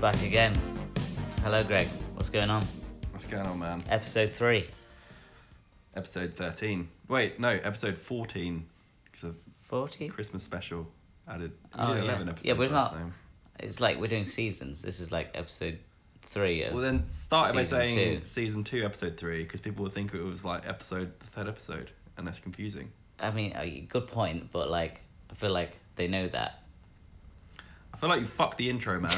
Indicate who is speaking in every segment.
Speaker 1: back again. Hello, Greg. What's going on?
Speaker 2: What's going on, man?
Speaker 1: Episode three.
Speaker 2: Episode 13. Wait, no, episode 14. Because of
Speaker 1: 40?
Speaker 2: Christmas special added we
Speaker 1: Oh,
Speaker 2: did
Speaker 1: yeah.
Speaker 2: 11
Speaker 1: Yeah,
Speaker 2: episodes
Speaker 1: but it's
Speaker 2: last
Speaker 1: not-
Speaker 2: time.
Speaker 1: It's like we're doing seasons. This is like episode three. Of,
Speaker 2: Well, then start by
Speaker 1: Season
Speaker 2: saying
Speaker 1: two.
Speaker 2: season 2, episode 3, because people would think it was like episode, the third episode, and that's confusing.
Speaker 1: I mean, uh, good point, but like, I feel like they know that.
Speaker 2: I feel like you fucked the intro, man.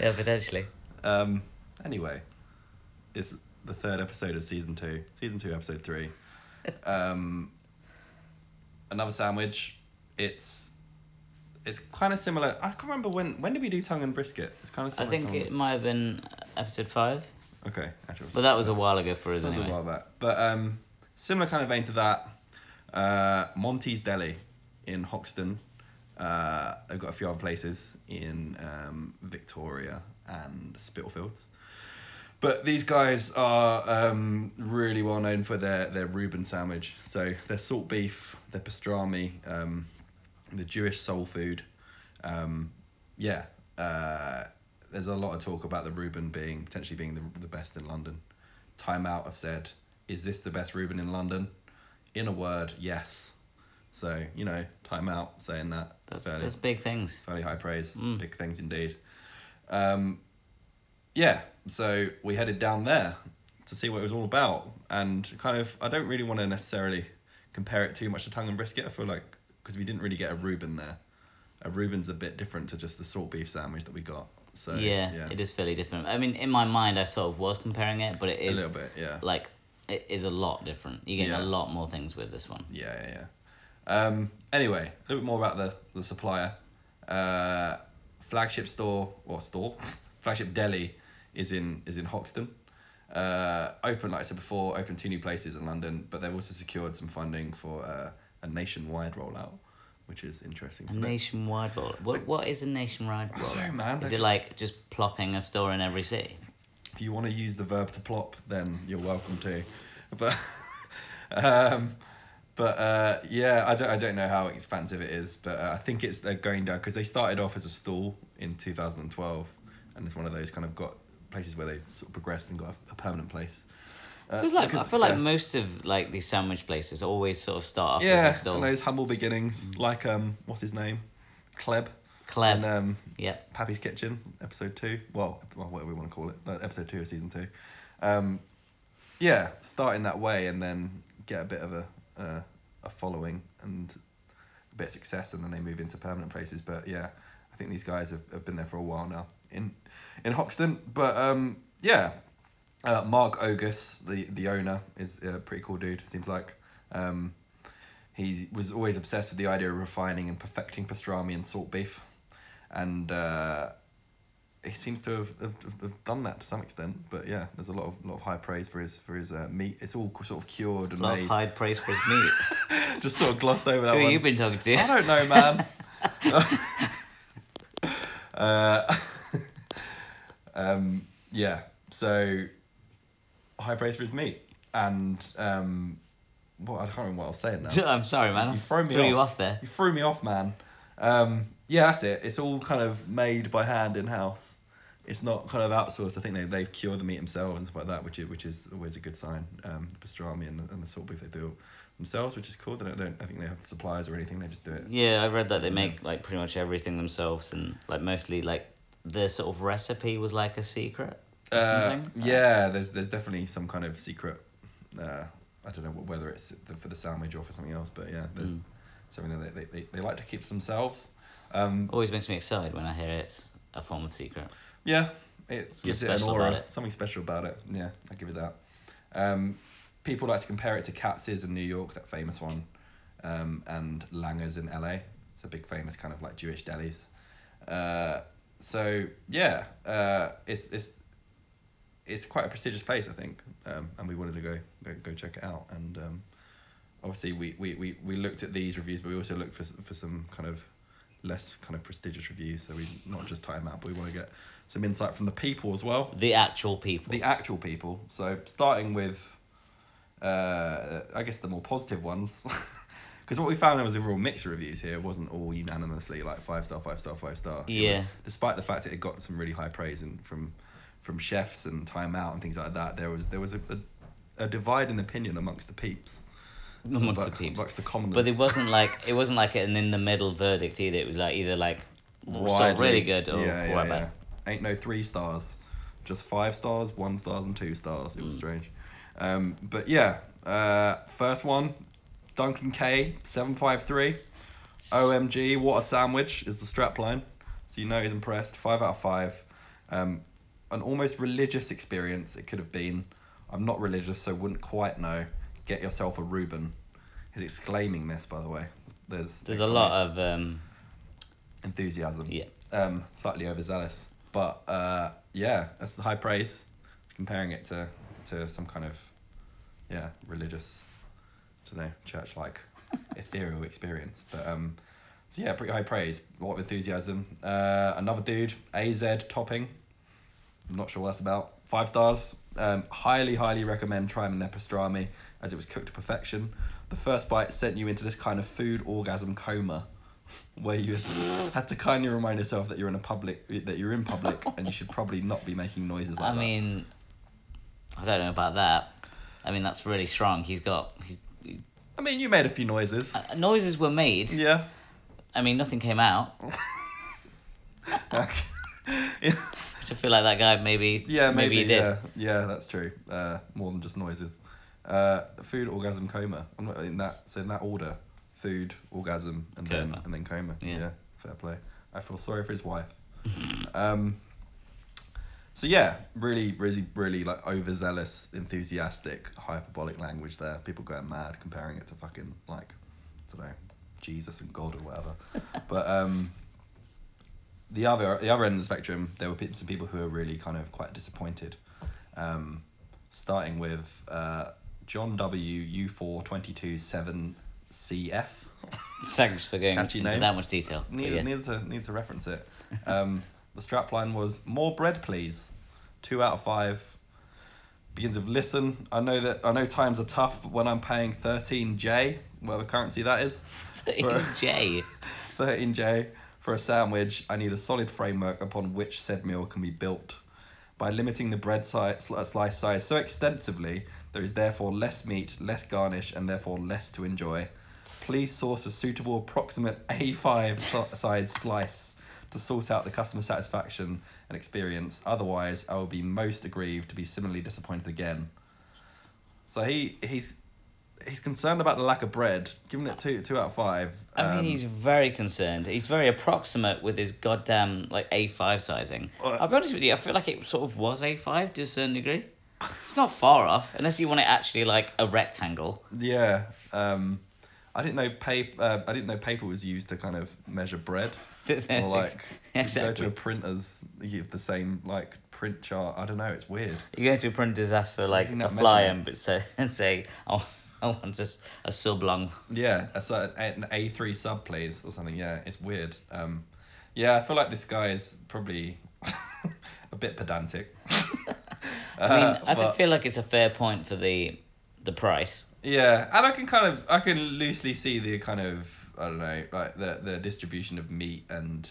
Speaker 1: Yeah, potentially.
Speaker 2: um, anyway, it's the third episode of season 2. Season 2, episode 3. Um, another sandwich. It's. It's kind of similar. I can't remember when. When did we do tongue and brisket? It's kind of
Speaker 1: I
Speaker 2: similar.
Speaker 1: think
Speaker 2: to-
Speaker 1: it might have been episode five,
Speaker 2: Okay, actually,
Speaker 1: but
Speaker 2: that
Speaker 1: that was a while ago for us
Speaker 2: was
Speaker 1: anyway.
Speaker 2: a while back. But um, similar kind of vein to that, uh, Monty's Deli in Hoxton. Uh, I've got a few other places in um, Victoria and Spitalfields. But these guys are um, really well known for their, their Reuben sandwich. So their salt beef, their pastrami, um, the Jewish soul food. Um, yeah, uh, there's a lot of talk about the Reuben being potentially being the, the best in London. Time Out have said, "Is this the best Reuben in London?" In a word, yes. So you know, Time Out saying that
Speaker 1: That's,
Speaker 2: it's fairly,
Speaker 1: that's big things.
Speaker 2: fairly high praise,
Speaker 1: Mm.
Speaker 2: big things indeed. Um, yeah, so we headed down there to see what it was all about, and kind of I don't really want to necessarily compare it too much to tongue and brisket. I feel like because we didn't really get a Reuben there, a Reuben's a bit different to just the salt beef sandwich that we got. So
Speaker 1: yeah, it is fairly different. I mean, in my mind, I sort of was comparing it, but it
Speaker 2: a
Speaker 1: is
Speaker 2: little bit, yeah.
Speaker 1: like it is a lot different. You get
Speaker 2: Yeah.
Speaker 1: a lot more things with this one.
Speaker 2: Yeah, yeah, yeah. Um, anyway, a little bit more about the, the supplier. Uh, flagship store or store, flagship deli is in is in Hoxton. Uh, open like I said before, open two new places in London, but they've also secured some funding for uh, a nationwide rollout, which is interesting.
Speaker 1: A
Speaker 2: they-
Speaker 1: nationwide roll. What what is a nationwide roll?
Speaker 2: don't know, man.
Speaker 1: Is
Speaker 2: They're
Speaker 1: it
Speaker 2: just-
Speaker 1: like just plopping a store in every city?
Speaker 2: if you want to use the verb to plop, then you're welcome to. But um, but uh, yeah, I don't I don't know how expansive it is, but uh, I think it's they're going down because they started off as a stall in two thousand and twelve, and it's one of those kind of got places where they sort of progressed and got a, a permanent place. Uh,
Speaker 1: feels like I
Speaker 2: because
Speaker 1: feel like
Speaker 2: success.
Speaker 1: most of like these sandwich places always sort of start off
Speaker 2: yeah,
Speaker 1: as a store.
Speaker 2: and those humble beginnings, like um, what's his name, Kleb,
Speaker 1: Kleb.
Speaker 2: and um,
Speaker 1: Yep.
Speaker 2: Pappy's Kitchen, episode two. Well, ep- well, whatever we want to call it, uh, episode two of season two. Um, yeah, starting that way and then get a bit of a uh, a following and a bit of success, and then they move into permanent places. But yeah, I think these guys have, have been there for a while now in in Hoxton. But um, yeah, uh, Mark Ogus, the the owner, is a pretty cool dude. Seems like. Um, he was always obsessed with the idea of refining and perfecting pastrami and salt beef, and uh, he seems to have, have, have done that to some extent. But yeah, there's a lot of lot of high praise for his for his uh, meat. It's all sort of cured and
Speaker 1: Love
Speaker 2: made,
Speaker 1: hide praise for his meat.
Speaker 2: just sort of glossed over that
Speaker 1: Who
Speaker 2: one.
Speaker 1: have you been talking to?
Speaker 2: I don't know, man. uh, um, yeah. So high praise for his meat, and um, well, I can't remember what I was saying now.
Speaker 1: I'm sorry, man.
Speaker 2: You throw me
Speaker 1: threw
Speaker 2: off.
Speaker 1: you off there.
Speaker 2: You threw me off, man. Um, yeah, that's it. It's all kind of made by hand in house. It's not kind of outsourced. I think they, they cure the meat themselves and stuff like that, which is which is always a good sign. Um, the pastrami and, the- and the salt beef they do themselves, which is cool. They don't, they don't I think they have suppliers or anything. They just do it.
Speaker 1: Yeah, I read that they make like pretty much everything themselves and like mostly like their sort of recipe was like a secret or
Speaker 2: Uh,
Speaker 1: something.
Speaker 2: yeah, there's there's definitely some kind of secret. Uh, I don't know wh- whether it's the, for the sandwich or for something else, but yeah, there's
Speaker 1: Hmm.
Speaker 2: something that they, they, they, they like to keep to themselves. Um,
Speaker 1: Always makes me excited when I hear it's a form of secret.
Speaker 2: Yeah, it
Speaker 1: Something
Speaker 2: gives it an
Speaker 1: special about
Speaker 2: aura.
Speaker 1: it.
Speaker 2: Something special about it. Yeah, I give it that. Um, people like to compare it to Katz's in New York, that famous one, um, and Langer's in LA. It's a big famous kind of like Jewish delis. Uh, so yeah, uh, it's it's it's quite a prestigious place, I think, um, and we wanted to go go, go check it out. And um, obviously, we, we, we, we looked at these reviews, but we also looked for s- for some kind of less kind of prestigious reviews. So we not just time out, but we want to get some insight from the people as well,
Speaker 1: The actual people.
Speaker 2: the actual people. So starting with, uh, I guess the more positive ones, Because what we found there was a real mix of reviews here. It wasn't all unanimously like five star, five star, five star. It was-
Speaker 1: Yeah.
Speaker 2: despite the fact that it got some really high praise and from from chefs and Time Out and things like that, there was there was a, a, a divide in opinion amongst the peeps.
Speaker 1: amongst
Speaker 2: But-
Speaker 1: the peeps.
Speaker 2: Amongst the commoners.
Speaker 1: But it wasn't like it wasn't like an in the middle verdict either. It was like either like so
Speaker 2: Widely.
Speaker 1: really good or quite bad.
Speaker 2: Ain't no three stars, just five stars, one stars, and two stars.
Speaker 1: Mm.
Speaker 2: It was strange. Um, but yeah, uh, first one, Duncan K seven five three. OMG, what a sandwich is the strap line. So you know he's impressed. Five out of five. Um, an almost religious experience it could have been. I'm not religious, so wouldn't quite know. Get yourself a Reuben. He's exclaiming this, by the way. There's
Speaker 1: There's a lot of um,
Speaker 2: enthusiasm
Speaker 1: yeah.
Speaker 2: um, slightly overzealous. But uh, yeah, that's high praise. Comparing it to to some kind of yeah religious, I don't know, church like ethereal experience. But um, so yeah, pretty high praise. A lot of enthusiasm. Uh, another dude, AZ topping. I'm not sure what that's about. Five stars. Um, highly, highly recommend trying their pastrami as it was cooked to perfection. The first bite sent you into this kind of food orgasm coma where you had to kindly remind yourself that you're in a public that you're in public and you should probably not be making noises like
Speaker 1: I mean, I don't know about that. I mean, that's really strong. He's got he's,
Speaker 2: that. I mean, you made a few noises.
Speaker 1: uh, noises were made.
Speaker 2: yeah.
Speaker 1: I mean, nothing came out.
Speaker 2: Okay. yeah,
Speaker 1: Which I feel like that guy maybe
Speaker 2: yeah, maybe,
Speaker 1: he did.
Speaker 2: yeah. Yeah, that's true. Uh, more than just noises. Uh, food orgasm coma. I'm not in that so in that order. Food, orgasm, and then
Speaker 1: Coma.
Speaker 2: and then coma.
Speaker 1: Yeah.
Speaker 2: fair play. I feel sorry for his wife. um, so yeah, really, really, really like overzealous, enthusiastic, hyperbolic language there. People going mad comparing it to fucking like, I don't know, Jesus and God or whatever. but um, the other the other end of the spectrum, there were pe- some people who were really kind of quite disappointed. Um, starting with uh, John W U four twenty two seven CF.
Speaker 1: Thanks for going
Speaker 2: Catchy
Speaker 1: into
Speaker 2: name.
Speaker 1: that much detail. but
Speaker 2: Need,
Speaker 1: yeah.
Speaker 2: need to need to reference it. Um, the strapline was more bread, please. Two out of five. Begins with listen. I know that I know times are tough, but when I'm paying thirteen J, whatever currency that is, for-
Speaker 1: Jay.
Speaker 2: thirteen J for a sandwich, I need a solid framework upon which said meal can be built. By limiting the bread si- sli- uh, slice size so extensively, there is therefore less meat, less garnish, and therefore less to enjoy. Please source a suitable approximate A5 so- size slice to sort out the customer satisfaction and experience. Otherwise, I will be most aggrieved to be similarly disappointed again. So he he's he's concerned about the lack of bread, giving it two two out of five.
Speaker 1: I
Speaker 2: um,
Speaker 1: mean, he's very concerned. He's very approximate with his goddamn like A five sizing.
Speaker 2: Well-
Speaker 1: I'll be honest with you. I feel like it sort of was A five to a certain degree. It's not far off, unless you want it actually like a rectangle.
Speaker 2: Yeah. Um, I didn't know paper. Uh, I didn't know paper was used to kind of measure bread, or like go to
Speaker 1: Exactly.
Speaker 2: a printer's you have the same like print chart. I don't know. It's weird.
Speaker 1: You go to a printer's, ask for like
Speaker 2: Isn't
Speaker 1: a
Speaker 2: that
Speaker 1: fly
Speaker 2: measurement?
Speaker 1: and but say and say, oh, I want just a sublong.
Speaker 2: Yeah, a, cer- an A three sub please or something. Yeah, it's weird. Um, yeah, I feel like this guy is probably a bit pedantic.
Speaker 1: I mean, I
Speaker 2: but-
Speaker 1: feel like it's a fair point for the the price.
Speaker 2: Yeah, and I can kind of I can loosely see the kind of I don't know like the the distribution of meat and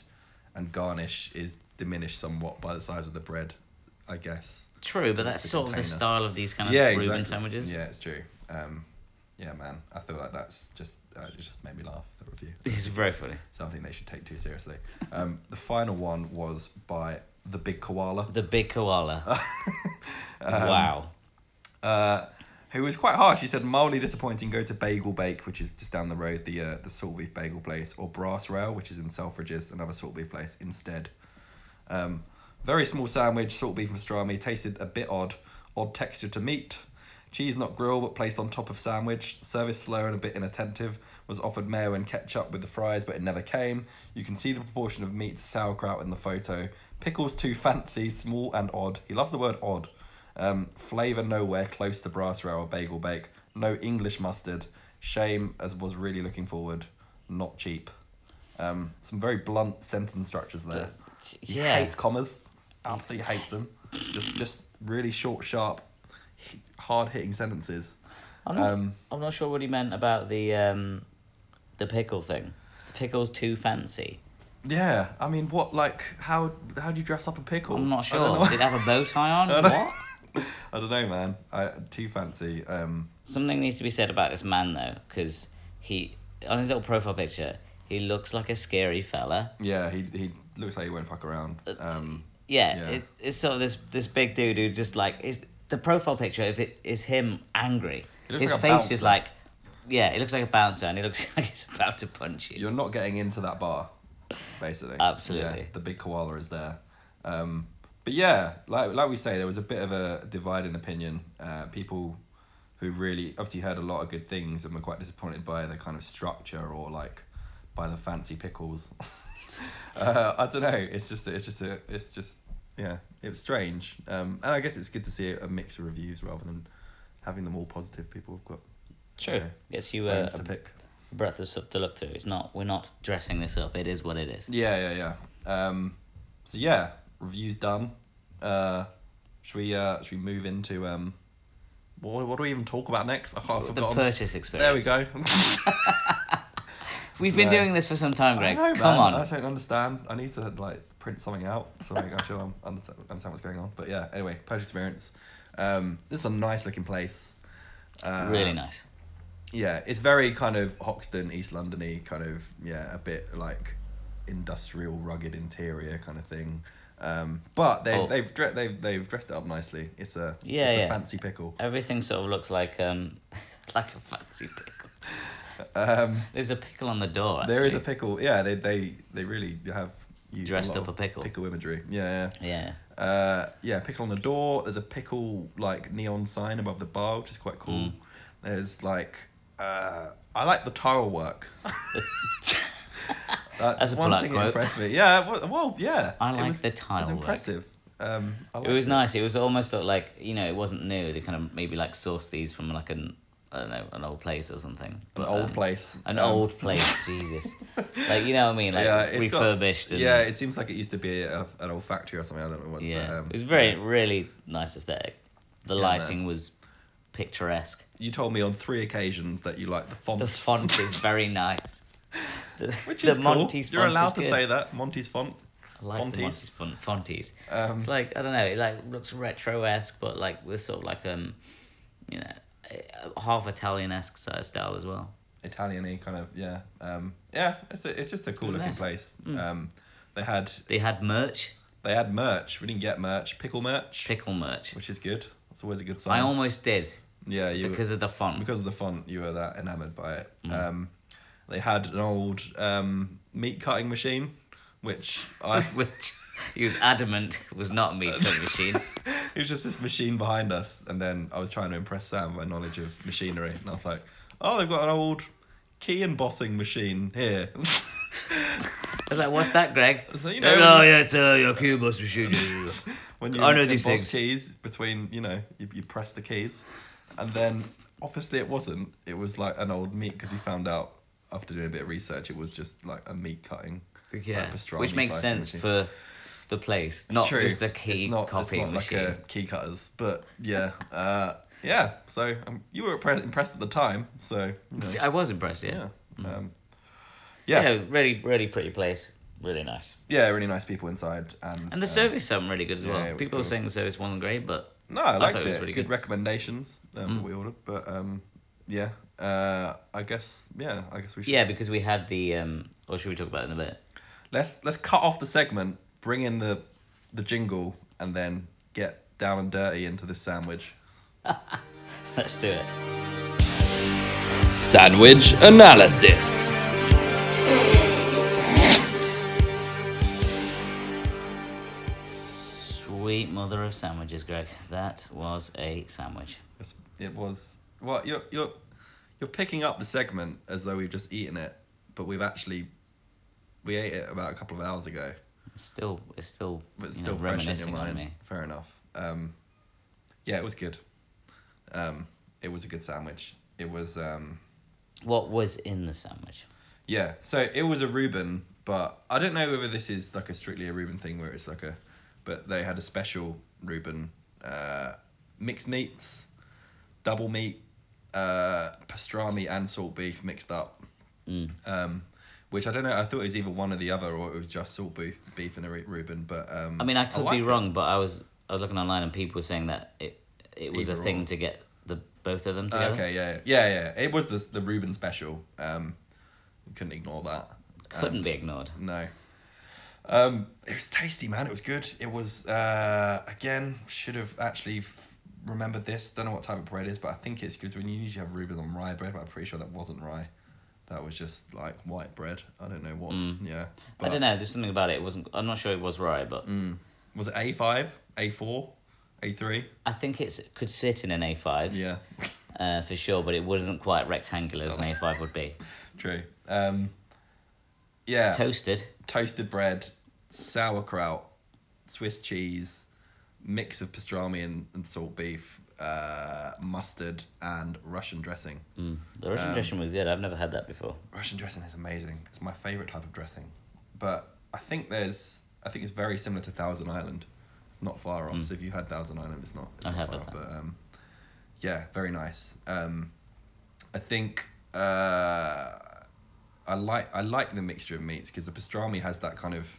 Speaker 2: and garnish is diminished somewhat by the size of the bread, I guess.
Speaker 1: True, but that's
Speaker 2: The
Speaker 1: sort of the
Speaker 2: container.
Speaker 1: style of these kind of
Speaker 2: yeah,
Speaker 1: Reuben
Speaker 2: exactly.
Speaker 1: sandwiches.
Speaker 2: Yeah, it's true. Um, yeah, man, I feel like that's just uh, it just made me laugh. The review.
Speaker 1: It's very funny.
Speaker 2: Something they should take too seriously. Um, the final one was by the big koala.
Speaker 1: The big koala.
Speaker 2: Um,
Speaker 1: wow.
Speaker 2: uh, who was quite harsh. He said mildly disappointing. Go to Bagel Bake, which is just down the road, the uh, the salt beef bagel place, or Brass Rail, which is in Selfridges, another salt beef place instead. Um, very small sandwich, salt beef pastrami, tasted a bit odd, odd texture to meat. Cheese not grilled but placed on top of sandwich. Service slow and a bit inattentive. Was offered mayo and ketchup with the fries, but it never came. You can see the proportion of meat to sauerkraut in the photo. Pickles too fancy, small and odd. He loves the word odd. Um, flavor nowhere close to brass rail or bagel bake. No English mustard. Shame, as was really looking forward. Not cheap. Um, some very blunt sentence structures there. He
Speaker 1: Yeah. Um,
Speaker 2: hates commas. Absolutely hates them. Just just really short, sharp, hard hitting sentences.
Speaker 1: I'm not,
Speaker 2: Um,
Speaker 1: I'm not sure what he meant about the um, the pickle thing. The pickle's too fancy.
Speaker 2: Yeah, I mean, what like how how do you dress up a pickle?
Speaker 1: I'm not
Speaker 2: I don't
Speaker 1: sure.
Speaker 2: know.
Speaker 1: Did it have a bow tie on?
Speaker 2: I don't-
Speaker 1: what?
Speaker 2: I don't know, man. I too fancy. Um,
Speaker 1: Something needs to be said about this man though, because he on his little profile picture he looks like a scary fella.
Speaker 2: yeah, he he looks like he won't fuck around.
Speaker 1: Uh,
Speaker 2: Um,
Speaker 1: Yeah,
Speaker 2: Yeah.
Speaker 1: It, it's sort of this this big dude who just like is the profile picture. If it is him angry,
Speaker 2: He looks
Speaker 1: his
Speaker 2: like a
Speaker 1: face is
Speaker 2: bouncer.
Speaker 1: like, yeah, it looks like a bouncer, and he looks like he's about to punch you.
Speaker 2: you're not getting into that bar, basically.
Speaker 1: Absolutely.
Speaker 2: Yeah, the big koala is there. Um, but yeah, like like we say, there was a bit of a divide in opinion. Uh, people who really obviously heard a lot of good things and were quite disappointed by the kind of structure or like by the fancy pickles. uh, I don't know. It's just it's just a it's just yeah. It was strange, um, and I guess it's good to see a mix of reviews rather than having them all positive. People have got
Speaker 1: True.
Speaker 2: Yeah.
Speaker 1: Gets you uh,
Speaker 2: bones to
Speaker 1: a
Speaker 2: pick.
Speaker 1: breath of stuff to look through. It's not. We're not dressing this up. It is what it is.
Speaker 2: Yeah, yeah, yeah. Um, so yeah, reviews done. Uh, should we uh, should we move into um, what, what do we even talk about next? I can't
Speaker 1: The
Speaker 2: forgot.
Speaker 1: purchase
Speaker 2: There we
Speaker 1: experience.
Speaker 2: go.
Speaker 1: We've been
Speaker 2: Right.
Speaker 1: doing this for some time,
Speaker 2: I
Speaker 1: Greg.
Speaker 2: know,
Speaker 1: Come on.
Speaker 2: man, I don't understand. I need to like print something out so like, I'm sure I'm understand, understand what's going on. But yeah, anyway, purchase experience. Um, this is a nice looking place. Uh,
Speaker 1: really nice.
Speaker 2: yeah, it's very kind of Hoxton, East Londony kind of yeah, a bit like industrial, rugged interior kind of thing. Um, but they've
Speaker 1: Oh.
Speaker 2: they've, dre- they've they've dressed it up nicely. It's a
Speaker 1: Yeah,
Speaker 2: it's
Speaker 1: yeah.
Speaker 2: a fancy pickle.
Speaker 1: Everything sort of looks like um, like a fancy pickle.
Speaker 2: Um,
Speaker 1: There's a pickle on the door. Actually.
Speaker 2: there is a pickle. Yeah, they they they really have used
Speaker 1: Dressed
Speaker 2: lot
Speaker 1: up
Speaker 2: of
Speaker 1: a pickle.
Speaker 2: pickle imagery. Yeah, yeah.
Speaker 1: Yeah.
Speaker 2: Uh, yeah, pickle on the door. There's a pickle like neon sign above the bar, which is quite cool.
Speaker 1: Mm.
Speaker 2: There's like uh, I like the tile work. That's,
Speaker 1: That's a
Speaker 2: one
Speaker 1: polite
Speaker 2: thing
Speaker 1: quote.
Speaker 2: that impressed me. Yeah, well, well yeah.
Speaker 1: I
Speaker 2: It
Speaker 1: like
Speaker 2: was-
Speaker 1: the
Speaker 2: It
Speaker 1: tile
Speaker 2: was
Speaker 1: work.
Speaker 2: impressive. Um, I
Speaker 1: It was
Speaker 2: liked
Speaker 1: nice. It was almost looked like you know it wasn't new. They kind of maybe like sourced these from like an I don't know an old place or something.
Speaker 2: an
Speaker 1: But,
Speaker 2: old
Speaker 1: um,
Speaker 2: place.
Speaker 1: An
Speaker 2: Um,
Speaker 1: old place, Jesus. Like you know what I mean? Like
Speaker 2: yeah, it's got-
Speaker 1: refurbished and
Speaker 2: yeah, it seems like it used to be a, an old factory or something. I don't know what's.
Speaker 1: yeah.
Speaker 2: But, um,
Speaker 1: it was very really nice aesthetic. The
Speaker 2: Yeah, man.
Speaker 1: lighting was picturesque.
Speaker 2: You told me on three occasions that you like the font.
Speaker 1: The font is very nice. The,
Speaker 2: which
Speaker 1: the
Speaker 2: is cool.
Speaker 1: Monty's
Speaker 2: You're
Speaker 1: font
Speaker 2: allowed
Speaker 1: is
Speaker 2: to
Speaker 1: good.
Speaker 2: say that Monty's font.
Speaker 1: I like the
Speaker 2: Fonties.
Speaker 1: Monty's font, Fonties.
Speaker 2: Um,
Speaker 1: it's like I don't know. It like looks retro esque, but like with sort of like um, you know, uh, half Italian esque sort of style as well.
Speaker 2: Italian-y kind of yeah um, yeah it's a, it's just a cool
Speaker 1: was
Speaker 2: looking
Speaker 1: nice. Hmm.
Speaker 2: place um, they had
Speaker 1: They had merch,
Speaker 2: they had merch we didn't get merch pickle merch
Speaker 1: pickle merch.
Speaker 2: which is good that's always a good sign
Speaker 1: I almost did
Speaker 2: yeah you because,
Speaker 1: because of the font.
Speaker 2: because of the font you were that enamored by it
Speaker 1: Mm.
Speaker 2: um, they had an old um, meat cutting machine which I
Speaker 1: Which he was adamant was not a meat cutting machine.
Speaker 2: it was just this machine behind us and then I was trying to impress Sam with my knowledge of machinery and I was like oh they've got an old key embossing machine here
Speaker 1: I was like, "What's that, Greg?"
Speaker 2: so you know
Speaker 3: Oh yeah, it's uh, your Cubos machine. yeah, yeah.
Speaker 2: when you
Speaker 1: I know these things.
Speaker 2: emboss keys between you know you, you press the keys and then obviously it wasn't it was like an old meat because we found out after doing a bit of research it was just like a meat cutting
Speaker 1: Yeah,
Speaker 2: like pastrami
Speaker 1: which makes
Speaker 2: slicing
Speaker 1: sense
Speaker 2: machine.
Speaker 1: for the place,
Speaker 2: It's
Speaker 1: not
Speaker 2: true.
Speaker 1: just a key
Speaker 2: it's not,
Speaker 1: copying
Speaker 2: it's not
Speaker 1: machine.
Speaker 2: like a key cutters but yeah uh yeah so um, you were impre- impressed at the time so you know,
Speaker 1: I was impressed. Yeah.
Speaker 2: yeah
Speaker 1: Mm.
Speaker 2: um
Speaker 1: yeah,
Speaker 2: yeah,
Speaker 1: really, really pretty place. Really nice.
Speaker 2: yeah, really nice people inside, and
Speaker 1: And the
Speaker 2: uh,
Speaker 1: service sounded really good as
Speaker 2: yeah,
Speaker 1: well.
Speaker 2: it was
Speaker 1: People were
Speaker 2: cool.
Speaker 1: saying the service wasn't great, but
Speaker 2: No, I liked
Speaker 1: thought
Speaker 2: it.
Speaker 1: it was really good.
Speaker 2: good,
Speaker 1: Mm.
Speaker 2: recommendations um, what we ordered, but um, yeah, uh, I guess yeah, I guess we should.
Speaker 1: yeah, because we had the um or should we talk about it in a bit?
Speaker 2: Let's let's cut off the segment, bring in the the jingle, and then get down and dirty into this sandwich.
Speaker 1: Let's do it.
Speaker 3: Sandwich analysis.
Speaker 1: Sweet mother of sandwiches, Greg. That was a sandwich.
Speaker 2: It's, it was well, you're you're you're picking up the segment as though we've just eaten it, but we've actually we ate it about a couple of hours ago.
Speaker 1: It's still it's still,
Speaker 2: but it's
Speaker 1: you
Speaker 2: still
Speaker 1: know,
Speaker 2: fresh in your
Speaker 1: reminiscing on
Speaker 2: mind.
Speaker 1: me.
Speaker 2: Fair enough. Um, yeah, it was good. Um, it was a good sandwich. It was um,
Speaker 1: What was in the sandwich?
Speaker 2: yeah. So it was a Reuben, but I don't know whether this is like a strictly a Reuben thing where it's like a, but they had a special Reuben, uh, mixed meats, double meat, uh, pastrami and salt beef mixed up.
Speaker 1: Mm.
Speaker 2: Um, which I don't know. I thought it was either one or the other, or it was just salt beef, beef and a re- Reuben. But um,
Speaker 1: I mean, I could
Speaker 2: like
Speaker 1: be
Speaker 2: it.
Speaker 1: wrong, but I was I was looking online and people were saying that it it was a
Speaker 2: either
Speaker 1: thing
Speaker 2: or.
Speaker 1: to get the both of them
Speaker 2: Uh,
Speaker 1: together.
Speaker 2: okay, yeah, yeah, yeah. It was the the Reuben special. Um, you couldn't ignore that.
Speaker 1: Couldn't be ignored.
Speaker 2: No. Um, it was tasty, man. It was good. It was uh, again should have actually f- remembered this. Don't know what type of bread it is, but I think it's good when you usually have Reuben on rye bread. But I'm pretty sure that wasn't rye. That was just like white bread. I don't know what. Yeah.
Speaker 1: I
Speaker 2: but-
Speaker 1: don't know. There's something about it. It wasn't. I'm not sure it was right, but
Speaker 2: Mm. Was it A five, A four, A three?
Speaker 1: I think it's could sit in an A5.
Speaker 2: Yeah,
Speaker 1: Uh, for sure, but it wasn't quite rectangular as an A5 would be.
Speaker 2: true. Um, yeah,
Speaker 1: Toasted.
Speaker 2: toasted bread, sauerkraut, Swiss cheese, mix of pastrami and, and salt beef, uh, mustard, and Russian dressing.
Speaker 1: The Russian
Speaker 2: Um,
Speaker 1: dressing was good. I've never had that before.
Speaker 2: Russian dressing is amazing. It's my favorite type of dressing, but I think there's I think it's very similar to Thousand Island. It's not far off. So if you had Thousand Island, it's not. It's
Speaker 1: Mm. I
Speaker 2: not
Speaker 1: have
Speaker 2: far
Speaker 1: had
Speaker 2: off, but um, yeah, very nice. Um, I think uh, I like I like the mixture of meats because the pastrami has that kind of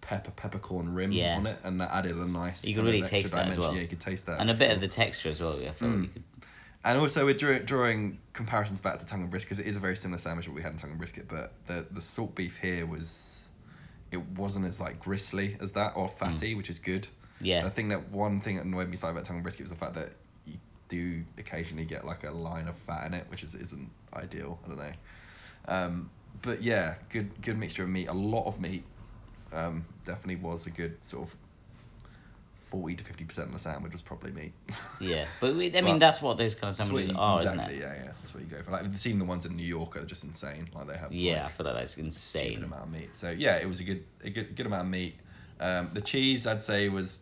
Speaker 2: pepper peppercorn rim
Speaker 1: Yeah.
Speaker 2: on it, and that added a nice.
Speaker 1: You could
Speaker 2: kind of
Speaker 1: really
Speaker 2: extra
Speaker 1: taste that as
Speaker 2: dimension.
Speaker 1: well.
Speaker 2: Yeah, you could taste that.
Speaker 1: And a
Speaker 2: It's
Speaker 1: bit
Speaker 2: cool. Mm.
Speaker 1: of the texture as well. Yeah, I feel like you could,
Speaker 2: And also, we're draw- drawing comparisons back to tongue and brisket because it is a very similar sandwich what we had in tongue and brisket. But the the salt beef here was, it wasn't as like gristly as that or fatty, which is good.
Speaker 1: Yeah.
Speaker 2: I think that one thing that annoyed me slightly about tongue and brisket was the fact that you do occasionally get like a line of fat in it, which is isn't ideal. I don't know. Um, but yeah, good good mixture of meat. A lot of meat. Um, definitely was a good sort of. Forty to fifty percent of the sandwich was probably meat.
Speaker 1: yeah. But we, I mean,
Speaker 2: Well,
Speaker 1: that's what those kind of
Speaker 2: That's what
Speaker 1: sandwiches
Speaker 2: you-
Speaker 1: are,
Speaker 2: exactly,
Speaker 1: isn't it?
Speaker 2: Yeah, yeah, that's what you go for. Like, I've seen the ones in New York are just insane. Like they have
Speaker 1: Yeah, I
Speaker 2: like,
Speaker 1: feel like that's
Speaker 2: stupid
Speaker 1: insane.
Speaker 2: amount of meat. So yeah, it was a good, a good, good amount of meat. Um, the cheese I'd say was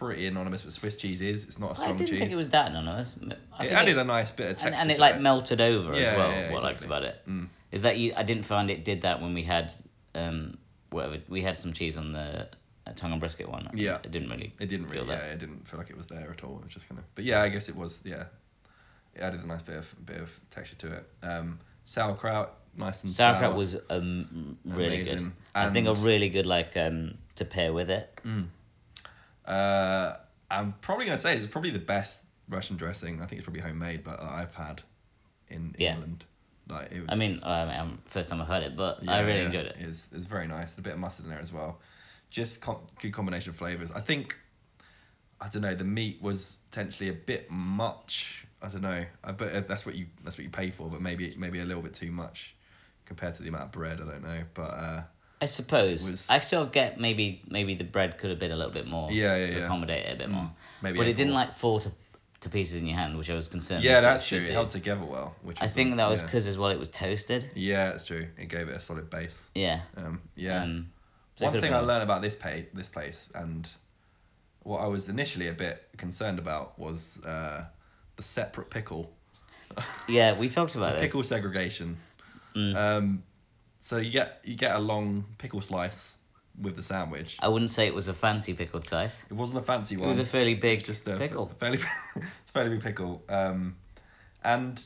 Speaker 2: pretty anonymous, but Swiss cheese is. It's not a
Speaker 1: I
Speaker 2: strong
Speaker 1: didn't
Speaker 2: cheese.
Speaker 1: think it was that anonymous. I
Speaker 2: It
Speaker 1: think
Speaker 2: added
Speaker 1: it-
Speaker 2: a nice bit of
Speaker 1: and,
Speaker 2: texture.
Speaker 1: and it
Speaker 2: to
Speaker 1: like melted over
Speaker 2: Yeah,
Speaker 1: as well.
Speaker 2: yeah,
Speaker 1: what I liked
Speaker 2: exactly. Mm.
Speaker 1: about it is that you, I didn't find it did that when we had um whatever we had some cheese on the uh, tongue and brisket one.
Speaker 2: Yeah.
Speaker 1: it didn't really.
Speaker 2: It didn't
Speaker 1: feel
Speaker 2: really.
Speaker 1: that.
Speaker 2: Yeah, it didn't feel like it was there at all. It was just kind of. But yeah, I guess it was. Yeah, it added a nice bit of bit of texture to it. Um, sauerkraut, nice and
Speaker 1: Sauerkraut
Speaker 2: sour.
Speaker 1: was um really good.
Speaker 2: Amazing.
Speaker 1: I think a
Speaker 2: And- Mm.
Speaker 1: really good like um to pair with it.
Speaker 2: Uh, I'm probably gonna say it's probably the best Russian dressing. I think it's probably homemade, but uh, I've had in
Speaker 1: Yeah.
Speaker 2: England. Like it was.
Speaker 1: I mean, um, um, first time I heard it, but I
Speaker 2: yeah,
Speaker 1: really
Speaker 2: yeah,
Speaker 1: enjoyed it.
Speaker 2: It's it's very nice. A bit of mustard in there as well. Just com- good combination of flavors. I think. I don't know. The meat was potentially a bit much. I don't know. I but that's what you that's what you pay for. But maybe maybe a little bit too much compared to the amount of bread. I don't know. But uh,
Speaker 1: I suppose
Speaker 2: It was-
Speaker 1: I sort of get maybe maybe the bread could have been a little bit more.
Speaker 2: Yeah, yeah,
Speaker 1: to
Speaker 2: yeah.
Speaker 1: accommodate it a bit more.
Speaker 2: maybe
Speaker 1: but
Speaker 2: a
Speaker 1: it didn't
Speaker 2: four.
Speaker 1: like fall to, to pieces in your hand, which I was concerned.
Speaker 2: yeah,
Speaker 1: it sort of
Speaker 2: that's true.
Speaker 1: should
Speaker 2: It
Speaker 1: do.
Speaker 2: held together well. Which
Speaker 1: I
Speaker 2: was
Speaker 1: think
Speaker 2: like-
Speaker 1: that was
Speaker 2: yeah.
Speaker 1: because as well it was toasted.
Speaker 2: Yeah, that's true. It gave it a solid base.
Speaker 1: Yeah.
Speaker 2: Um, yeah.
Speaker 1: Um, so it
Speaker 2: One
Speaker 1: could've
Speaker 2: thing
Speaker 1: been
Speaker 2: I
Speaker 1: worse.
Speaker 2: learned about this pay, this place, and what I was initially a bit concerned about was uh, the separate pickle
Speaker 1: Yeah, we talked about this.
Speaker 2: pickle segregation.
Speaker 1: Mm.
Speaker 2: Um, so you get you get a long pickle slice with the sandwich.
Speaker 1: I wouldn't say it was a fancy pickled slice.
Speaker 2: It wasn't a fancy one.
Speaker 1: It was a fairly big
Speaker 2: just a
Speaker 1: pickle.
Speaker 2: a fairly, it's a fairly big pickle. Um, and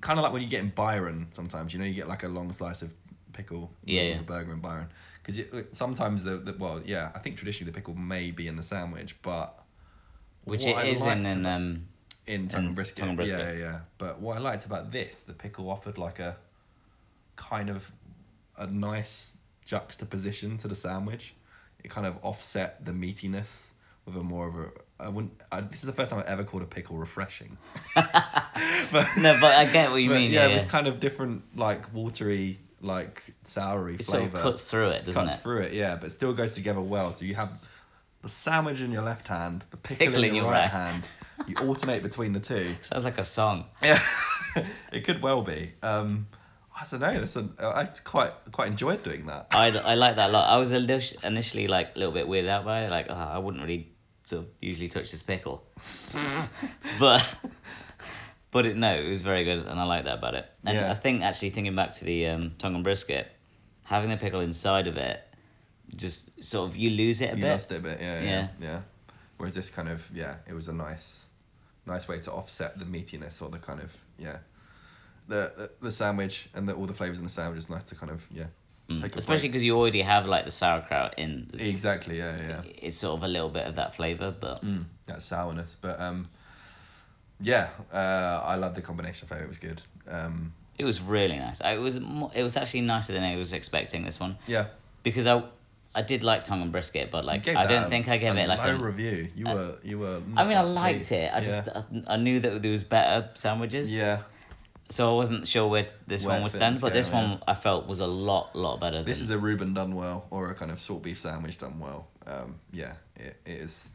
Speaker 2: kind of like when you get in Byron, sometimes you know you get like a long slice of pickle.
Speaker 1: Yeah,
Speaker 2: with
Speaker 1: yeah.
Speaker 2: a burger in Byron because sometimes the, the well yeah I think traditionally the pickle may be in the sandwich, but
Speaker 1: which
Speaker 2: what I
Speaker 1: it is in
Speaker 2: liked
Speaker 1: an
Speaker 2: about-
Speaker 1: um
Speaker 2: in tongue and brisket.
Speaker 1: tongue and brisket.
Speaker 2: Yeah, yeah, yeah. But what I liked about this, the pickle offered like a kind of a nice juxtaposition to the sandwich. It kind of offset the meatiness with a more of a. I wouldn't. I, this is the first time I ever called a pickle refreshing.
Speaker 1: no, but I get what you
Speaker 2: But
Speaker 1: mean.
Speaker 2: yeah,
Speaker 1: Yeah,
Speaker 2: it was
Speaker 1: yeah.
Speaker 2: kind of different, like watery, like soury
Speaker 1: It sort
Speaker 2: flavor.
Speaker 1: of cuts through it, doesn't
Speaker 2: Cuts
Speaker 1: it?
Speaker 2: through it, yeah, but still goes together well. So you have the sandwich in your left hand, the pickle, in your, right hand. You alternate between the two.
Speaker 1: Sounds like a song.
Speaker 2: Yeah, it could well be. Um, I don't know. That's an, I quite quite enjoyed doing that.
Speaker 1: I, I like that a lot. I was init- initially like a little bit weirded out by it. Like, oh, I wouldn't really sort of usually touch this pickle, but but it, no, it was very good, and I like that about it. And
Speaker 2: Yeah.
Speaker 1: I think actually thinking back to the um, tongue and brisket, having the pickle inside of it, just sort of you lose it a
Speaker 2: You
Speaker 1: bit.
Speaker 2: lost it a bit. Yeah, yeah, yeah,
Speaker 1: Yeah.
Speaker 2: Whereas this kind of yeah, it was a nice, nice way to offset the meatiness or the kind of yeah, the the, the sandwich and the, all the flavors in the sandwich is nice to kind of yeah. Take a
Speaker 1: Mm. Especially
Speaker 2: break.
Speaker 1: because you already have like the sauerkraut in. the-
Speaker 2: exactly yeah yeah yeah.
Speaker 1: It's sort of a little bit of that flavor, but
Speaker 2: that sourness, but um, yeah, uh, I love the combination flavor. It was good. Um,
Speaker 1: it was really nice. I, it was mo- it was actually nicer than I was expecting this one
Speaker 2: yeah.
Speaker 1: because I I did like tongue and brisket, but
Speaker 2: You
Speaker 1: like
Speaker 2: gave
Speaker 1: I
Speaker 2: that
Speaker 1: don't
Speaker 2: a-
Speaker 1: think I gave
Speaker 2: a
Speaker 1: it like a,
Speaker 2: low review. You were you were.
Speaker 1: I mean, I
Speaker 2: not
Speaker 1: liked
Speaker 2: pleased.
Speaker 1: it. I
Speaker 2: yeah.
Speaker 1: just I, I knew that there was better sandwiches.
Speaker 2: yeah.
Speaker 1: So I wasn't sure where t- this
Speaker 2: Where
Speaker 1: one would
Speaker 2: to fit
Speaker 1: stand,
Speaker 2: the
Speaker 1: but this
Speaker 2: scale,
Speaker 1: one I felt was a lot lot better.
Speaker 2: This
Speaker 1: than,
Speaker 2: is a Reuben done well, or a kind of salt beef sandwich done well. Um, yeah, it, it is.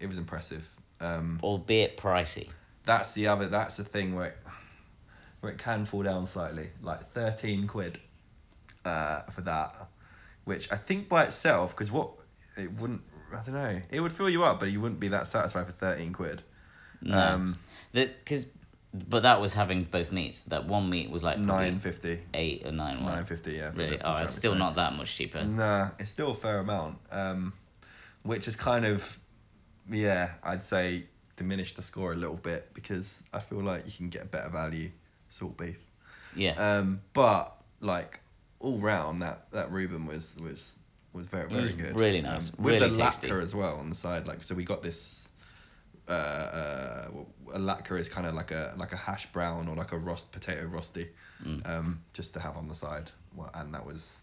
Speaker 2: It was impressive. Um,
Speaker 1: albeit pricey.
Speaker 2: that's the other. That's the thing where it, where it can fall down slightly, like thirteen quid, uh, for that, which I think by itself, because what it wouldn't. I don't know. It would fill you up, but you wouldn't be that satisfied for thirteen quid.
Speaker 1: No.
Speaker 2: Um,
Speaker 1: That because, but that was having both meats. That one meat was like probably
Speaker 2: nine fifty.
Speaker 1: eight or nine. wasn't it?
Speaker 2: Nine fifty. Yeah. for
Speaker 1: Really?
Speaker 2: the
Speaker 1: Oh,
Speaker 2: sandwich,
Speaker 1: it's still
Speaker 2: so- Mm.
Speaker 1: not that much cheaper.
Speaker 2: Nah, it's still a fair amount. Um, which is kind of, yeah, I'd say diminished the score a little bit because I feel like you can get better value salt beef.
Speaker 1: Yeah.
Speaker 2: Um, but like all round, that that Reuben was was was very very
Speaker 1: was
Speaker 2: good.
Speaker 1: Mm,
Speaker 2: Um,
Speaker 1: really nice,
Speaker 2: with
Speaker 1: really
Speaker 2: the
Speaker 1: tasty.
Speaker 2: latke as well on the side. Like so, we got this. Uh, uh, a latke is kind of like a like a hash brown or like a roast potato rosti,
Speaker 1: Mm.
Speaker 2: um, just to have on the side. Well, and that was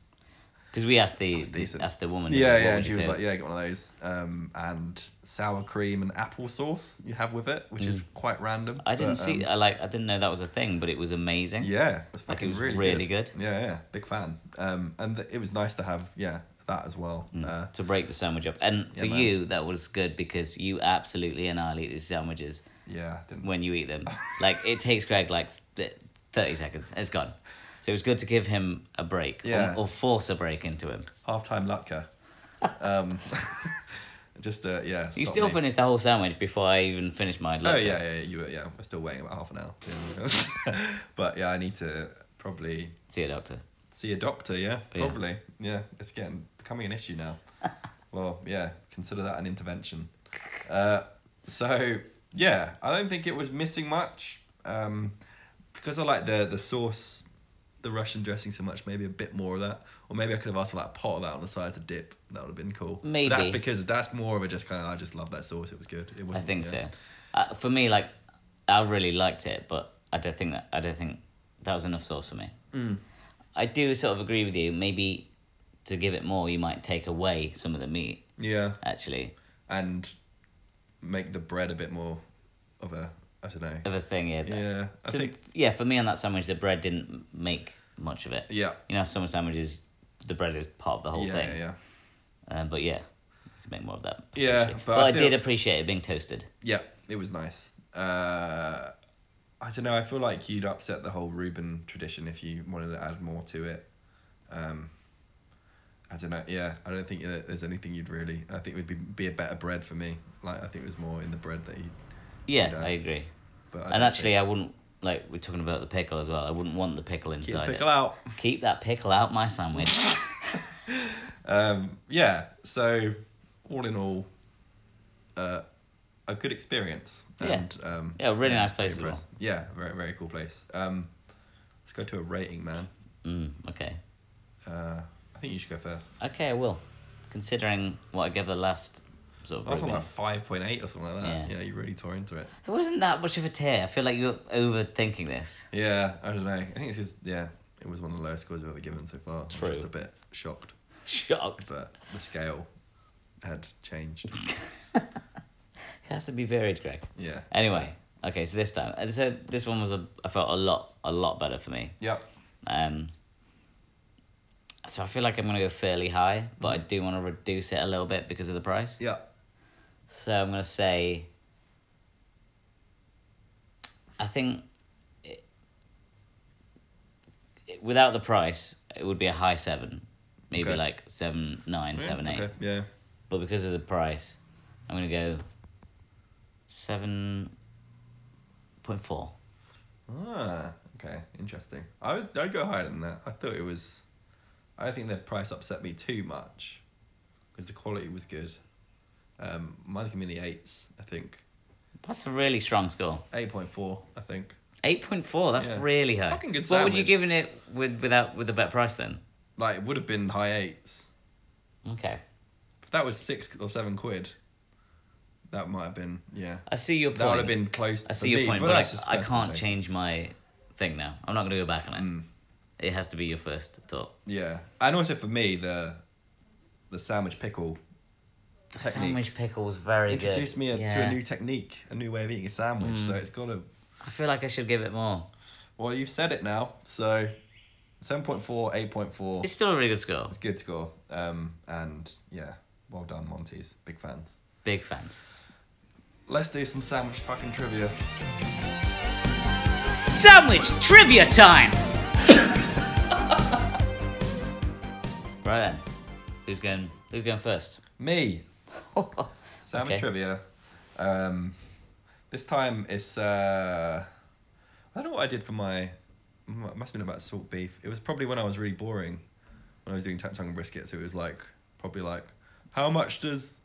Speaker 1: Because we asked the,
Speaker 2: was decent.
Speaker 1: asked the woman.
Speaker 2: yeah,
Speaker 1: what
Speaker 2: yeah.
Speaker 1: would
Speaker 2: And she
Speaker 1: you
Speaker 2: was
Speaker 1: pick?
Speaker 2: like, yeah, get one of those. Um, and sour cream and apple sauce you have with it, which is quite random.
Speaker 1: Mm. I didn't
Speaker 2: but,
Speaker 1: see.
Speaker 2: um,
Speaker 1: I like. I didn't know that was a thing, but it was amazing.
Speaker 2: yeah, it was
Speaker 1: Like, it
Speaker 2: fucking
Speaker 1: was
Speaker 2: really,
Speaker 1: really
Speaker 2: good.
Speaker 1: good.
Speaker 2: Yeah, yeah. Big fan. Um, and th- it was nice to have yeah that as well. Uh,
Speaker 1: To break the sandwich up, and for
Speaker 2: man.
Speaker 1: you that was good because you absolutely annihilate these sandwiches
Speaker 2: yeah, didn't.
Speaker 1: when you eat them. like it takes Greg like th- thirty seconds. It's gone. So it was good to give him a break, or-
Speaker 2: Yeah.
Speaker 1: or, force a break into him.
Speaker 2: halftime Lutka. Um, just uh, yeah.
Speaker 1: You
Speaker 2: stopped
Speaker 1: still
Speaker 2: me.
Speaker 1: finished the whole sandwich before I even finished my.
Speaker 2: Oh
Speaker 1: latke.
Speaker 2: yeah, yeah, yeah, you were yeah. We're still waiting about half an hour. Yeah. but yeah, I need to probably
Speaker 1: See you, doctor.
Speaker 2: see a doctor. Yeah,
Speaker 1: Yeah.
Speaker 2: probably. Yeah, it's getting becoming an issue now. well, yeah, consider that an intervention. Uh, so yeah, I don't think it was missing much. Um, because I like the the sauce, the Russian dressing so much. Maybe a bit more of that, or maybe I could have asked for like a pot of that on the side to dip. That would have been cool. But that's
Speaker 1: Maybe.
Speaker 2: because that's more of a just kind of I just love that sauce. It was good. It was.
Speaker 1: I think so. Uh, for me, like, I really liked it, but I don't think that I don't think that was enough sauce for me.
Speaker 2: Mm.
Speaker 1: I do sort of agree with you. Maybe to give it more, you might take away some of the meat.
Speaker 2: Yeah.
Speaker 1: Actually,
Speaker 2: and make the bread a bit more of a I don't know.
Speaker 1: of a thing, yeah. that-
Speaker 2: Yeah, I
Speaker 1: to-
Speaker 2: think
Speaker 1: yeah, for me on that sandwich, the bread didn't make much of it.
Speaker 2: yeah.
Speaker 1: You know, some sandwiches, the bread is part of the whole
Speaker 2: Yeah,
Speaker 1: thing.
Speaker 2: yeah, yeah,
Speaker 1: Um, but yeah, make more of that.
Speaker 2: Yeah,
Speaker 1: potentially.
Speaker 2: but
Speaker 1: but
Speaker 2: I
Speaker 1: I,
Speaker 2: feel-
Speaker 1: did appreciate it being toasted.
Speaker 2: yeah. It was nice. Uh, I don't know. I feel like you'd upset the whole Reuben tradition if you wanted to add more to it. Um, I don't know. Yeah, I don't think that there's anything you'd really. I think it would be be a better bread for me. Like I think it was more in the bread that you.
Speaker 1: Yeah,
Speaker 2: Yeah.
Speaker 1: I agree.
Speaker 2: But I
Speaker 1: and
Speaker 2: don't
Speaker 1: actually, I wouldn't like we're talking about the pickle as well. I wouldn't want the pickle
Speaker 2: think- keep the
Speaker 1: inside.
Speaker 2: pickle
Speaker 1: it.
Speaker 2: out.
Speaker 1: Keep that pickle out my sandwich.
Speaker 2: Um, yeah. So, all in all, uh, a good experience.
Speaker 1: Yeah.
Speaker 2: And, Um,
Speaker 1: Yeah, a really nice place
Speaker 2: very
Speaker 1: as well.
Speaker 2: impressed. Yeah, very very cool place. Um, let's go to a rating, man.
Speaker 1: mm, okay,
Speaker 2: Uh, I think you should go first.
Speaker 1: okay, I will. Considering what I gave the last sort of
Speaker 2: I was on
Speaker 1: Reuben.
Speaker 2: like five point eight or something like that.
Speaker 1: Yeah.
Speaker 2: Yeah. you really tore into it.
Speaker 1: it wasn't that much of a tear. I feel like you're overthinking this.
Speaker 2: Yeah, I don't know. I think it's just yeah, it was one of the lowest scores we've ever given so far. I
Speaker 1: True.
Speaker 2: was just a bit shocked,
Speaker 1: Shocked.
Speaker 2: but the scale had changed.
Speaker 1: It has to be varied, Greg.
Speaker 2: Yeah.
Speaker 1: Anyway, okay, so this time, and so this one was a, I felt a lot, a lot better for me.
Speaker 2: Yep.
Speaker 1: Um, so I feel like I'm gonna go fairly high, but I do want to reduce it a little bit because of the price.
Speaker 2: Yeah.
Speaker 1: So I'm gonna say. I think. It, it- without the price, it would be a high seven, maybe
Speaker 2: Okay.
Speaker 1: like seven nine, seven eight.
Speaker 2: Okay. Yeah.
Speaker 1: But because of the price, I'm gonna go. Seven. Point four.
Speaker 2: Ah, okay, interesting. I would I'd go higher than that. I thought it was, I don't think the price upset me too much, because the quality was good. Um, mine's gonna be in the eights. I think
Speaker 1: That's a really strong score.
Speaker 2: eight point four. I think.
Speaker 1: Eight point four. That's
Speaker 2: Yeah.
Speaker 1: really high.
Speaker 2: Fucking good
Speaker 1: what would you
Speaker 2: sandwich.
Speaker 1: giving it with without with a better price then?
Speaker 2: Like it would have been high eights.
Speaker 1: Okay.
Speaker 2: If that was six or seven quid. That might have been yeah.
Speaker 1: I see your point.
Speaker 2: That would have been close.
Speaker 1: I
Speaker 2: for
Speaker 1: see your
Speaker 2: me,
Speaker 1: point, but,
Speaker 2: that's just
Speaker 1: I, I
Speaker 2: personal
Speaker 1: can't
Speaker 2: taste.
Speaker 1: change my thing now. I'm not going to go back on it.
Speaker 2: Mm.
Speaker 1: It has to be your first thought.
Speaker 2: Yeah, and also for me the, the sandwich pickle
Speaker 1: The
Speaker 2: Technique.
Speaker 1: sandwich pickle was very good.
Speaker 2: introduced me a, to
Speaker 1: Yeah. Mm.
Speaker 2: a new technique, a new way of eating a sandwich. So it's got to.
Speaker 1: I feel like I should give it more.
Speaker 2: Well, you've said it now. So, 7.4, 8.4.
Speaker 1: It's
Speaker 2: It's
Speaker 1: still a really good score.
Speaker 2: good score. Um, and yeah, well done, Monty's. Big fans.
Speaker 1: Big fans.
Speaker 2: Let's do some sandwich fucking trivia.
Speaker 1: Sandwich trivia time. right then, who's going? Who's going first?
Speaker 2: Me, sandwich
Speaker 1: Okay.
Speaker 2: trivia. Um, this time it's. Uh, I don't know what I did for my. m- It must have been about salt beef. It was probably when I was really boring, when I was doing tongue and brisket. So it was like probably like, how much does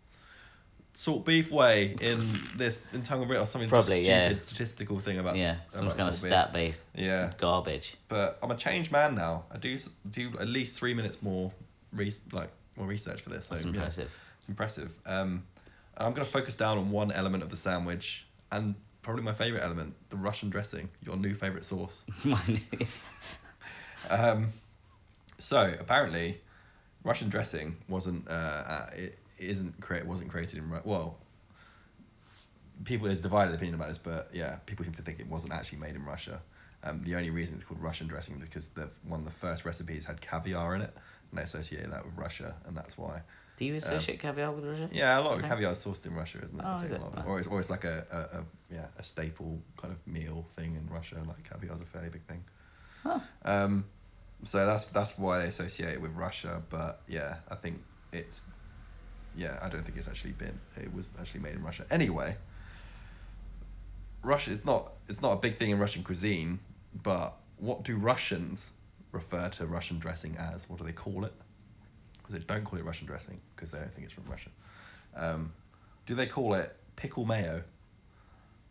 Speaker 2: salt beef weigh in this in tongue and brisket or something? just
Speaker 1: Probably,
Speaker 2: stupid
Speaker 1: yeah.
Speaker 2: Statistical thing about
Speaker 1: Yeah, some
Speaker 2: about
Speaker 1: kind of
Speaker 2: salt beef.
Speaker 1: stat-based
Speaker 2: Yeah,
Speaker 1: garbage.
Speaker 2: but I'm a changed man now. I do s- do at least three minutes more, re- like more research for this. So,
Speaker 1: That's
Speaker 2: Oh, yeah.
Speaker 1: impressive.
Speaker 2: It's impressive. Um, and I'm going to focus down on one element of the sandwich and probably my favorite element, the Russian dressing, your new favorite sauce. Um,
Speaker 1: Mine-
Speaker 2: So apparently, Russian dressing wasn't uh, uh, it isn't create wasn't created in Ru- well. People there's divided opinion about this, but yeah, people seem to think it wasn't actually made in Russia. Um, the only reason it's called Russian dressing is because the one of the first recipes had caviar in it, and they associated that with Russia, and that's why.
Speaker 1: Do you associate caviar with Russia?
Speaker 2: Um, Yeah, a lot of
Speaker 1: Something?
Speaker 2: caviar is sourced in Russia, isn't it?
Speaker 1: Oh,
Speaker 2: I
Speaker 1: is
Speaker 2: think
Speaker 1: it?
Speaker 2: a lot of
Speaker 1: Oh.
Speaker 2: Or it's always like a, a, a yeah a staple kind of meal thing in Russia. Like caviar's a fairly big thing. Um, so that's that's why they associate it with Russia. But yeah, I think it's yeah I don't think it's actually been it was actually made in Russia anyway. Russia it's not it's not a big thing in Russian cuisine, but what do Russians refer to Russian dressing as? What do they call it? Because they don't call it Russian dressing because they don't think it's from Russia. Um, do they call it pickle mayo?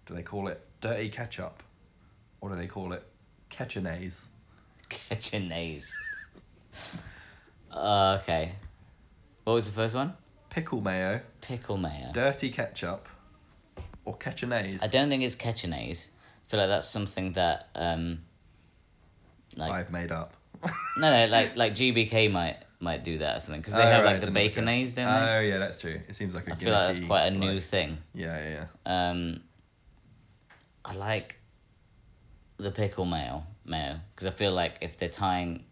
Speaker 2: Do they call it dirty ketchup? Or do they call it ketchinase?
Speaker 1: Ketchinese. uh, okay. What was the first one?
Speaker 2: Pickle mayo,
Speaker 1: Pickle mayo.
Speaker 2: dirty ketchup, or ketchinase?
Speaker 1: I don't think it's ketchinese. I feel like that's something that um, like
Speaker 2: I've made up.
Speaker 1: no, no, like like GBK might might do that or something because they
Speaker 2: Oh,
Speaker 1: have
Speaker 2: right,
Speaker 1: like
Speaker 2: it's
Speaker 1: the
Speaker 2: another guy.
Speaker 1: baconese, don't
Speaker 2: Oh
Speaker 1: they?
Speaker 2: yeah, that's true. It seems like a
Speaker 1: I feel like that's
Speaker 2: gimmicky,
Speaker 1: quite a new
Speaker 2: like-
Speaker 1: thing.
Speaker 2: Yeah, yeah, yeah.
Speaker 1: Um, I like the pickle mayo mayo because I feel like if they're tying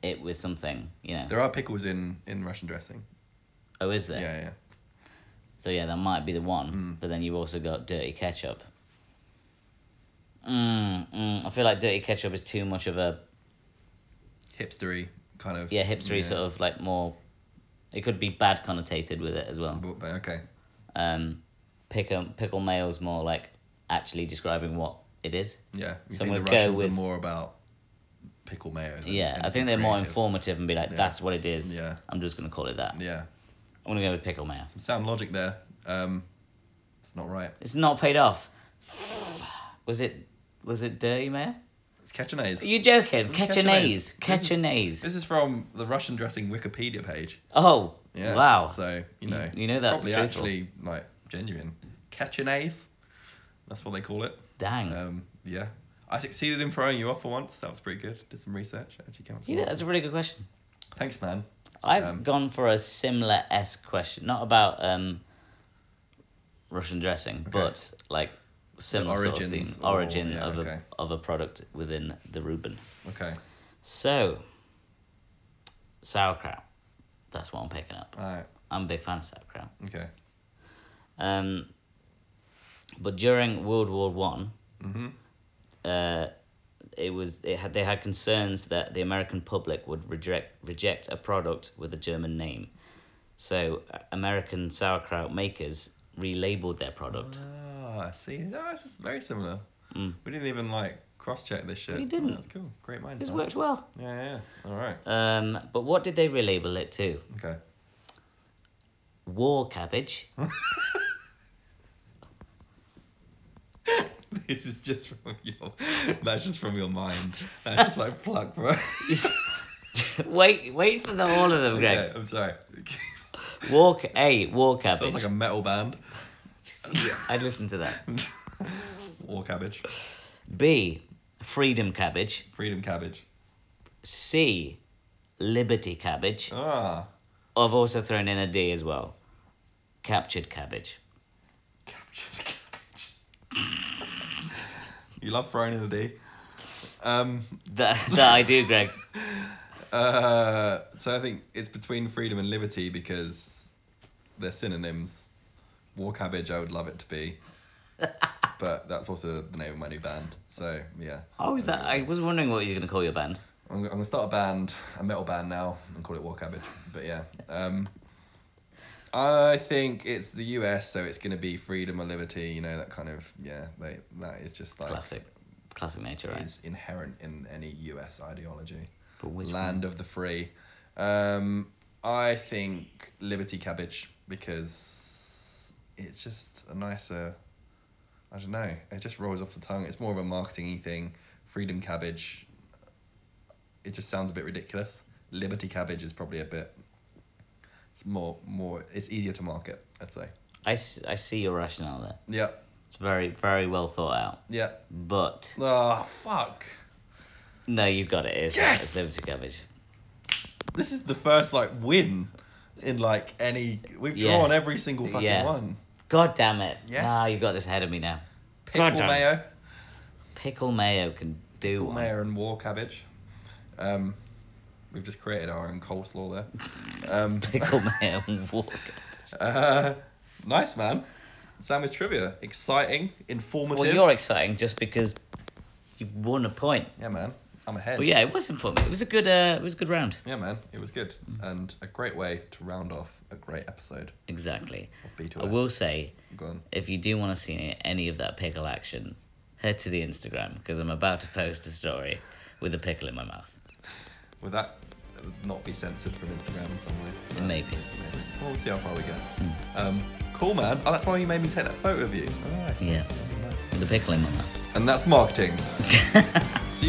Speaker 1: it with something, you know,
Speaker 2: There are pickles in in Russian dressing.
Speaker 1: oh, is there?
Speaker 2: Yeah, yeah.
Speaker 1: So yeah, that might be the one. But then you've also got dirty ketchup. Mm, mm, I feel like dirty ketchup is too much of a
Speaker 2: Hipstery kind of.
Speaker 1: yeah hipstery sort of like more. It could be bad connotated with it as well.
Speaker 2: But, but okay.
Speaker 1: Um, pickle pickle mayo's more like actually describing what it is.
Speaker 2: Yeah. You
Speaker 1: So
Speaker 2: think
Speaker 1: we'll
Speaker 2: the
Speaker 1: go
Speaker 2: Russians
Speaker 1: with-
Speaker 2: are more about pickle mayo? Than
Speaker 1: Yeah, I
Speaker 2: anything
Speaker 1: think they're more
Speaker 2: creative.
Speaker 1: informative and be like,
Speaker 2: Yeah.
Speaker 1: "That's what it is."
Speaker 2: Yeah.
Speaker 1: I'm just gonna call it that.
Speaker 2: Yeah.
Speaker 1: I'm gonna go with pickle mayo.
Speaker 2: Sound logic there. Um, it's not right.
Speaker 1: It's not paid off. Was it? Was it dirty mayo?
Speaker 2: It's Ketchinase.
Speaker 1: Are you joking?
Speaker 2: Ketchinase.
Speaker 1: Ketchinese.
Speaker 2: This is-
Speaker 1: Ketchinese.
Speaker 2: This is from the Russian dressing Wikipedia page.
Speaker 1: Oh,
Speaker 2: Yeah.
Speaker 1: wow.
Speaker 2: So you know,
Speaker 1: You- you know
Speaker 2: it's
Speaker 1: that's
Speaker 2: probably
Speaker 1: truthful.
Speaker 2: actually like genuine. Ketchinase. That's what they call it.
Speaker 1: Dang.
Speaker 2: Um, yeah. I succeeded in throwing you off for once. That was pretty good. Did some research. Actually came up. with
Speaker 1: you know,
Speaker 2: some-
Speaker 1: that's a really good question.
Speaker 2: Thanks, man.
Speaker 1: I've
Speaker 2: Um,
Speaker 1: gone for a similar esque question, not about um, Russian dressing, but like similar sort of theme,
Speaker 2: origins or-
Speaker 1: origin
Speaker 2: yeah,
Speaker 1: of a
Speaker 2: okay.
Speaker 1: of a product within the Reuben.
Speaker 2: Okay.
Speaker 1: So, sauerkraut. That's what I'm picking up.
Speaker 2: All right.
Speaker 1: I'm a big fan of sauerkraut.
Speaker 2: Okay.
Speaker 1: Um, but during World War One, uh, it was it had they had concerns that the American public would reject reject a product with a German name, so uh, American sauerkraut makers relabeled their product.
Speaker 2: Ah, see, oh, this is very similar. We didn't even like cross check this shit.
Speaker 1: Mm. We didn't.
Speaker 2: Oh, that's cool. Great mind.
Speaker 1: It's
Speaker 2: man.
Speaker 1: worked well.
Speaker 2: Yeah, yeah. All right.
Speaker 1: Um, but what did they relabel it to?
Speaker 2: Okay.
Speaker 1: War cabbage.
Speaker 2: this is just from your. That's just from your mind. That's just like pluck, bro.
Speaker 1: wait, wait for the all of them, Greg.
Speaker 2: Yeah, I'm sorry.
Speaker 1: Walk, a war
Speaker 2: Sounds
Speaker 1: cabbage.
Speaker 2: like a metal band.
Speaker 1: I'd listen to that.
Speaker 2: War cabbage.
Speaker 1: B, freedom cabbage.
Speaker 2: Freedom cabbage.
Speaker 1: C, liberty cabbage.
Speaker 2: Ah,
Speaker 1: I've also thrown in a D as well. Captured cabbage.
Speaker 2: captured cabbage. you love throwing in a D. Um,
Speaker 1: That, that I do, Greg.
Speaker 2: uh, so I think it's between freedom and liberty because they're synonyms. War cabbage, I would love it to be. but that's also the name of my new band. So yeah.
Speaker 1: Oh, is that? I was wondering what you're going to call your band.
Speaker 2: I'm, I'm gonna start a band, a metal band now, and call it War Cabbage. But yeah, um, I think it's the U.S., so it's gonna be freedom or liberty. You know that kind of yeah. They, that is just like
Speaker 1: Classic. Classic nature, right?
Speaker 2: is inherent in any U.S. ideology.
Speaker 1: But which
Speaker 2: Land of the free. Um, I think liberty cabbage because it's just a nicer. I don't know. It just rolls off the tongue. It's more of a marketing thing. Freedom cabbage. It just sounds a bit ridiculous. Liberty cabbage is probably a bit. It's more more. It's easier to market. I'd say.
Speaker 1: I, s- I see your rationale there.
Speaker 2: Yeah.
Speaker 1: It's very, very well thought out.
Speaker 2: Yeah.
Speaker 1: But,
Speaker 2: Ah, fuck.
Speaker 1: no, you've got it. It's,
Speaker 2: Yes!
Speaker 1: it's liberty cabbage.
Speaker 2: This is the first like win in like any. We've
Speaker 1: Yeah.
Speaker 2: drawn every single fucking
Speaker 1: Yeah.
Speaker 2: one.
Speaker 1: God damn it.
Speaker 2: Yes.
Speaker 1: Ah, you've got this ahead of me now.
Speaker 2: Pickle
Speaker 3: Goddamn.
Speaker 2: mayo,
Speaker 1: Pickle mayo can do
Speaker 2: pickle
Speaker 1: one.
Speaker 2: mayo and war cabbage. Um, we've just created our own coleslaw there. Um,
Speaker 1: Pickle mayo and walk.
Speaker 2: uh, nice man. Sandwich trivia, exciting, informative.
Speaker 1: Well, you're exciting just because you won a point.
Speaker 2: yeah, man. I'm ahead.
Speaker 1: But yeah, it was informative. It was a good, uh, it was a good round.
Speaker 2: Yeah, man. It was good
Speaker 1: Mm.
Speaker 2: and a great way to round off a great episode
Speaker 1: Exactly.
Speaker 2: of B2S.
Speaker 1: I will say,
Speaker 2: Go on.
Speaker 1: if you do want to see any of that pickle action, head to the Instagram because I'm about to post a story with a pickle in my mouth.
Speaker 2: Will that not be censored from Instagram in some way?
Speaker 1: Maybe.
Speaker 2: Maybe. Well, we'll see how far we get. Um, cool, man. Oh, that's why you made me take that photo of you. Oh, nice.
Speaker 1: Yeah.
Speaker 2: Oh, nice.
Speaker 1: With a pickle in my mouth.
Speaker 2: And that's marketing. See